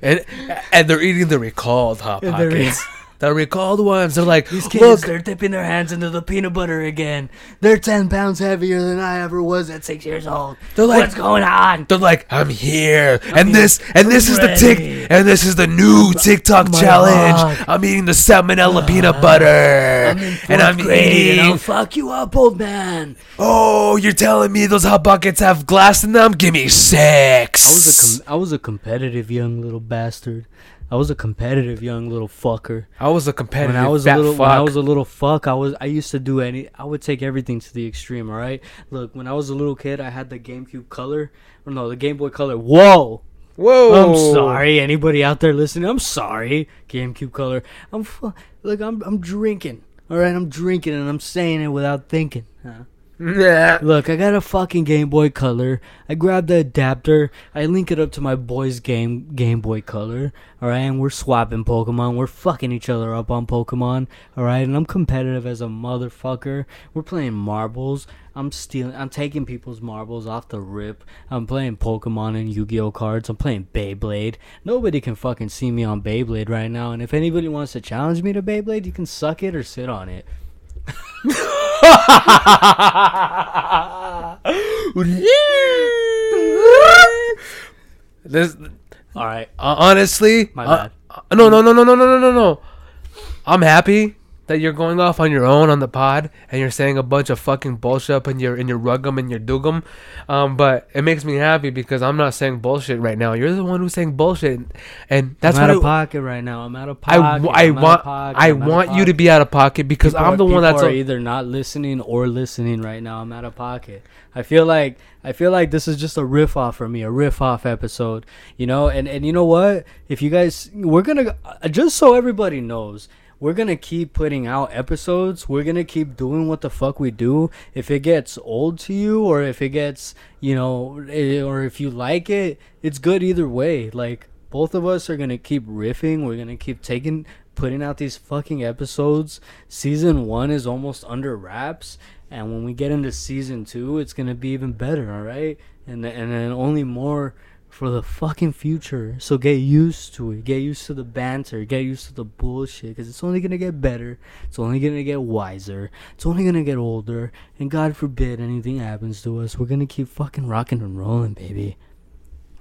S2: and and they're eating the recalled hot
S3: And they're
S2: pockets. The recalled ones. They're like,
S3: These kids,
S2: look,
S3: they're dipping their hands into the peanut butter again. They're 10 pounds heavier than I ever was at six years old.
S2: They're like-
S3: What's going on?
S2: They're like, I'm here, and this, and this is the
S3: ready. Oh
S2: tick, and this is the new TikTok
S3: my
S2: challenge.
S3: hog.
S2: I'm eating the salmonella peanut butter,
S3: I'm in fourth
S2: and I'm
S3: grade
S2: eating.
S3: and I'll fuck you up, old man.
S2: oh, you're telling me those hot buckets have glass in them? Give me six.
S3: I was a com- I was a competitive young little bastard. I was a competitive young little fucker.
S2: I was a competitive
S3: When I was a
S2: fat
S3: little
S2: fuck.
S3: when I was a little fuck, I was I used to do any I would take everything to the extreme, all right? Look, when I was a little kid, I had the GameCube color. Or no, the Game Boy color. Whoa.
S2: Whoa,
S3: I'm sorry. Anybody out there listening? I'm sorry. GameCube color. I'm fu- look. I'm I'm drinking. All right, I'm drinking and I'm saying it without thinking. Huh?
S2: Nah.
S3: Look, I got a fucking Game Boy Color. I grab the adapter. I link it up to my boy's game Game Boy Color. All right, and we're swapping Pokemon. We're fucking each other up on Pokemon. All right, and I'm competitive as a motherfucker. We're playing marbles. I'm stealing. I'm taking people's marbles off the rip. I'm playing Pokemon and Yu-Gi-Oh cards. I'm playing Beyblade. Nobody can fucking see me on Beyblade right now. And if anybody wants to challenge me to Beyblade, you can suck it or sit on it.
S2: this
S3: All right.
S2: uh, honestly,
S3: My
S2: uh,
S3: bad.
S2: uh, no, no, no, no, no, no, no, no, no. I'm happy that you're going off on your own on the pod and you're saying a bunch of fucking bullshit up in your in your rugum and your dugum, um. But it makes me happy because I'm not saying bullshit right now. You're the one who's saying bullshit, and that's
S3: I'm out
S2: what
S3: of
S2: I-
S3: pocket right now. I'm out of
S2: I,
S3: pocket.
S2: w- I
S3: I'm out of
S2: want
S3: pocket.
S2: I
S3: I'm out of
S2: want you to
S3: pocket.
S2: be out of pocket because
S3: People
S2: I'm
S3: are-
S2: the one
S3: people
S2: that's
S3: are
S2: a-
S3: either not listening or listening right now. I'm out of pocket. I feel like I feel like this is just a riff off for me, a riff off episode, you know. And and you know what? If you guys, we're gonna uh, just so everybody knows. We're gonna keep putting out episodes. We're gonna keep doing what the fuck we do. If it gets old to you, or if it gets, you know, eh, or if you like it, it's good either way. Like both of us are gonna keep riffing. We're gonna keep taking putting out these fucking episodes. Season one is almost under wraps, and when we get into season two, it's gonna be even better. All right, and th- and then only more for the fucking future. So get used to it. Get used to the banter. Get used to the bullshit. Cause it's only gonna get better. It's only gonna get wiser. It's only gonna get older. And God forbid anything happens to us, we're gonna keep fucking rocking and rolling, baby.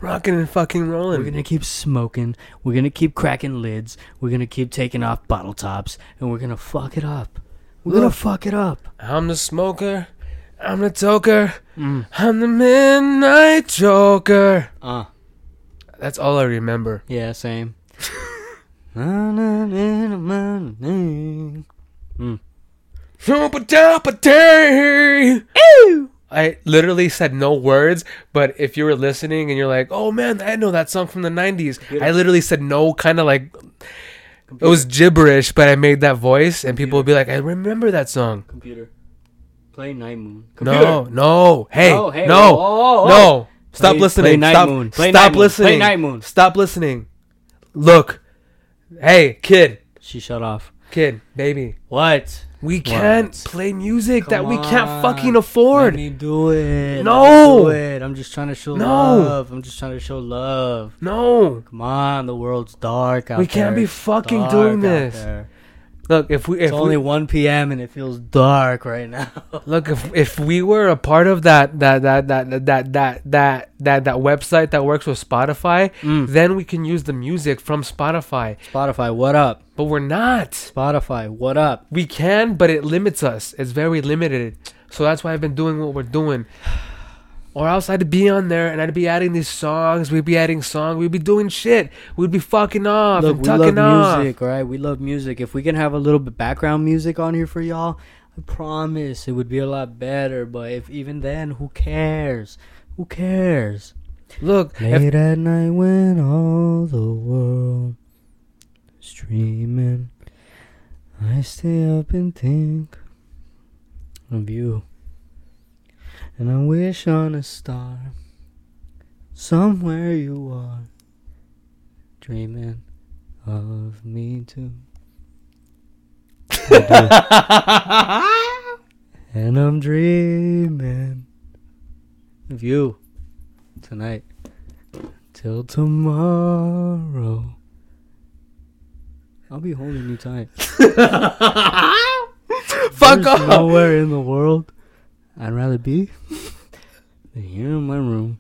S2: rocking and fucking rolling.
S3: We're gonna keep smoking. We're gonna keep cracking lids. We're gonna keep taking off bottle tops, and we're gonna fuck it up. We're gonna
S2: Look.
S3: fuck it up.
S2: I'm the smoker. I'm the toker.
S3: Mm.
S2: I'm the midnight joker.
S3: Uh,
S2: That's all I remember.
S3: yeah, same. Na, na, na, na, na, na.
S2: I literally said no words, but if you were listening and you're like, "Oh man, I know that song from the '90s," I literally said no, kind of like it was gibberish, but I made that voice, and people would be like, "I remember that song."
S3: Computer, play Night Moon.
S2: No, no, hey,
S3: No,
S2: no,
S3: Oh, hey,
S2: no,
S3: whoa, whoa, whoa.
S2: stop
S3: Play-
S2: listening.
S3: play Night
S2: stop,
S3: Moon. Play Night
S2: stop
S3: Moon.
S2: listening.
S3: Play Night Moon.
S2: Stop listening. Look, hey, kid,
S3: She shut off.
S2: kid, baby,
S3: What?
S2: we can't
S3: What?
S2: play music
S3: Come
S2: that we
S3: on.
S2: can't fucking
S3: Let
S2: afford.
S3: me do it. Let me
S2: No.
S3: do it. I'm just trying to show
S2: No.
S3: love. I'm just trying to show love.
S2: No.
S3: Come on, the world's dark out
S2: We can't
S3: there.
S2: be
S3: It's
S2: fucking
S3: dark
S2: doing
S3: out
S2: this.
S3: there.
S2: Look, if we if
S3: It's only
S2: we,
S3: 1 p.m. and it feels dark right now.
S2: look if if we were a part of that that that that that that that that that, that website that works with Spotify,
S3: Mm.
S2: then we can use the music from Spotify.
S3: Spotify, what up?
S2: But we're not.
S3: Spotify, what up?
S2: We can, but it limits us. It's very limited. So that's why I've been doing what we're doing. Or else I'd be on there and I'd be adding these songs. We'd be adding song. We'd be doing shit. We'd be fucking off
S3: Look,
S2: and
S3: we love
S2: tucking off.
S3: music, all right? We love music. If we can have a little bit background music on here for y'all, I promise it would be a lot better. But if even then, who cares? Who cares?
S2: Look, if
S3: Late at night when all the world is dreaming, I stay up and think of you. And I wish on a star somewhere you are dreaming of me too. And I'm dreaming of you tonight. Till tomorrow. I'll be holding you tight.
S2: fuck
S3: There's
S2: off.
S3: Nowhere in the world I'd rather be than here in my room.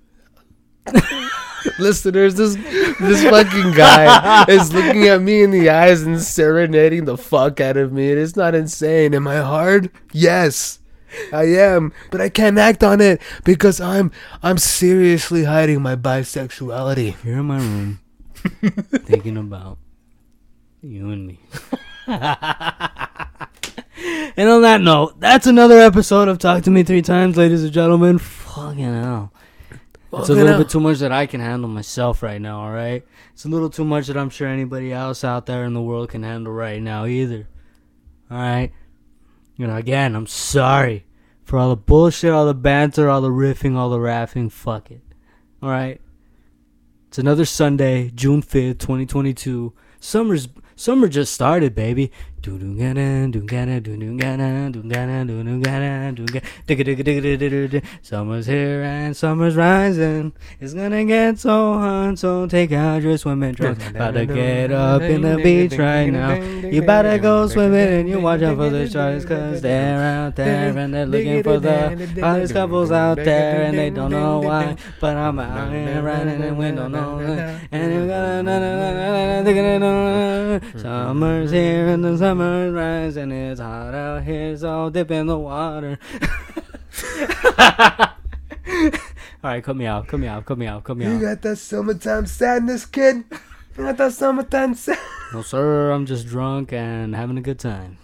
S2: listeners, this this fucking guy is looking at me in the eyes and serenading the fuck out of me. And it's not insane. Am I hard? Yes. I am, but I can't act on it because I'm I'm seriously hiding my bisexuality.
S3: Here in my room. thinking about you and me. and on that note, that's another episode of Talk to Me Three Times, ladies and gentlemen. Fucking hell. It's a
S2: Fucking
S3: little
S2: hell.
S3: bit too much that I can handle myself right now, alright? It's a little too much that I'm sure anybody else out there in the world can handle right now either. Alright? You know, again, I'm sorry for all the bullshit, all the banter, all the riffing, all the raffing. Fuck it. Alright? It's another Sunday, June 5th, 2022. Summer's summer just started, baby. Summer's here and summer's rising. It's gonna get so hot, so take out your swimming trunks. About to get up in the beach right now. You better go swimming and you watch out for the sharks, cause they're out there and they're looking for the hottest couples out there and they don't know why. But I'm out here running and we don't know. why. And you gotta Summer's here and the summer's rising. It's hot out here, so dip in the water. All right, cut me out, cut me out, cut me out, cut me
S1: You
S3: out.
S1: got that summertime sadness, kid. You got that summertime sadness.
S3: No, sir, I'm just drunk and having a good time.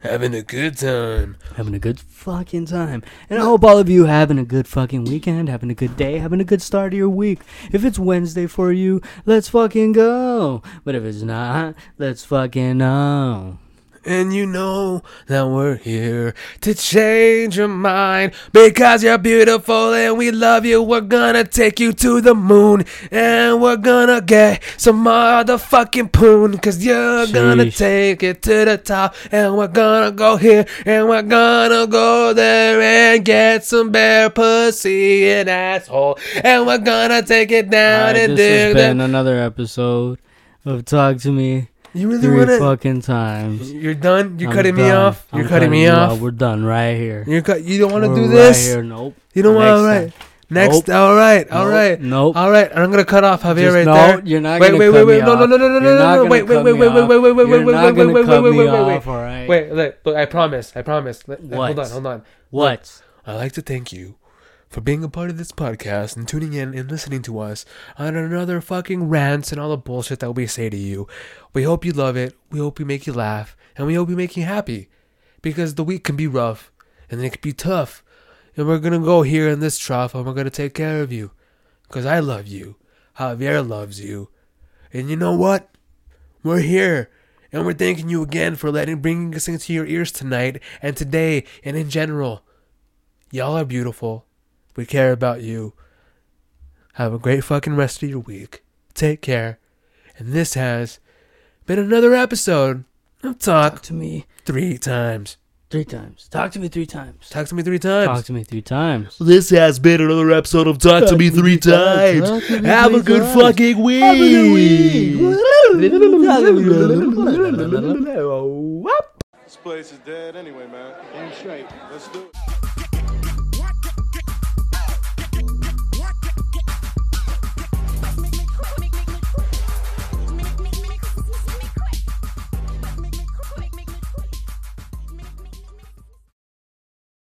S2: Having a good time.
S3: having a good fucking time. And I hope all of you having a good fucking weekend, having a good day, having a good start of your week. If it's Wednesday for you, let's fucking go. But if it's not, let's fucking know.
S2: And you know that we're here to change your mind because you're beautiful and we love you. We're gonna take you to the moon and we're gonna get some motherfucking poon because you're gonna
S3: Sheesh.
S2: take it to the top and we're gonna go here and we're gonna go there and get some bare pussy and asshole and we're gonna take it down
S3: Alright,
S2: and
S3: this has
S2: dig
S3: been
S2: that.
S3: another episode of Talk to Me
S2: You really
S3: 3
S2: wanna?
S3: fucking times.
S2: You're done. You're
S3: I'm
S2: cutting me
S3: done.
S2: off. You're
S3: I'm
S2: cutting me
S3: you
S2: off.
S3: We're done right here.
S2: You cut. You don't want to
S3: We're
S2: do
S3: right
S2: this.
S3: here. Nope.
S2: you don't want.
S3: Next
S2: All right.
S3: time.
S2: Next.
S3: Nope.
S2: All right. All
S3: Nope.
S2: right.
S3: Nope.
S2: All right. And I'm gonna cut off Javier
S3: Just-
S2: right
S3: no,
S2: there.
S3: you're not
S2: wait,
S3: gonna
S2: wait,
S3: cut
S2: wait,
S3: me
S2: wait. No, no,
S3: off.
S2: no, no, no,
S3: You're
S2: no, no,
S3: not
S2: no.
S3: gonna
S2: Wait, wait, wait,
S3: cut me
S2: wait, wait,
S3: off.
S2: wait, wait, wait,
S3: You're
S2: wait,
S3: not
S2: wait,
S3: gonna
S2: wait, wait,
S3: cut
S2: wait,
S3: me
S2: wait, wait,
S3: off,
S2: wait.
S3: all right?
S2: Wait, look, look, I promise. I promise. Look, look, Hold
S3: What?
S2: on, hold on.
S3: What?
S2: I'd like to thank you for being a part of this podcast and tuning in and listening to us on another fucking rants and all the bullshit that we say to you. We hope you love it. We hope we make you laugh. And we hope we make you happy. Because the week can be rough and it can be tough. And we're going to go here in this trough and we're going to take care of you. Because I love you. Javier loves you. And you know what? We're here. And we're thanking you again for letting bringing us into your ears tonight and today and in general. Y'all are beautiful. We care about you. Have a great fucking rest of your week. Take care. And this has been another episode of
S3: Talk
S2: Talk
S3: to me
S2: Three Times.
S3: three times. Talk to me three times.
S2: Talk to me three times.
S3: Talk to me three times.
S1: This has been another episode of Talk to Me Three Times. Have a good fucking week.
S3: fucking week.
S4: This place is dead anyway, man. Damn straight. Let's do it.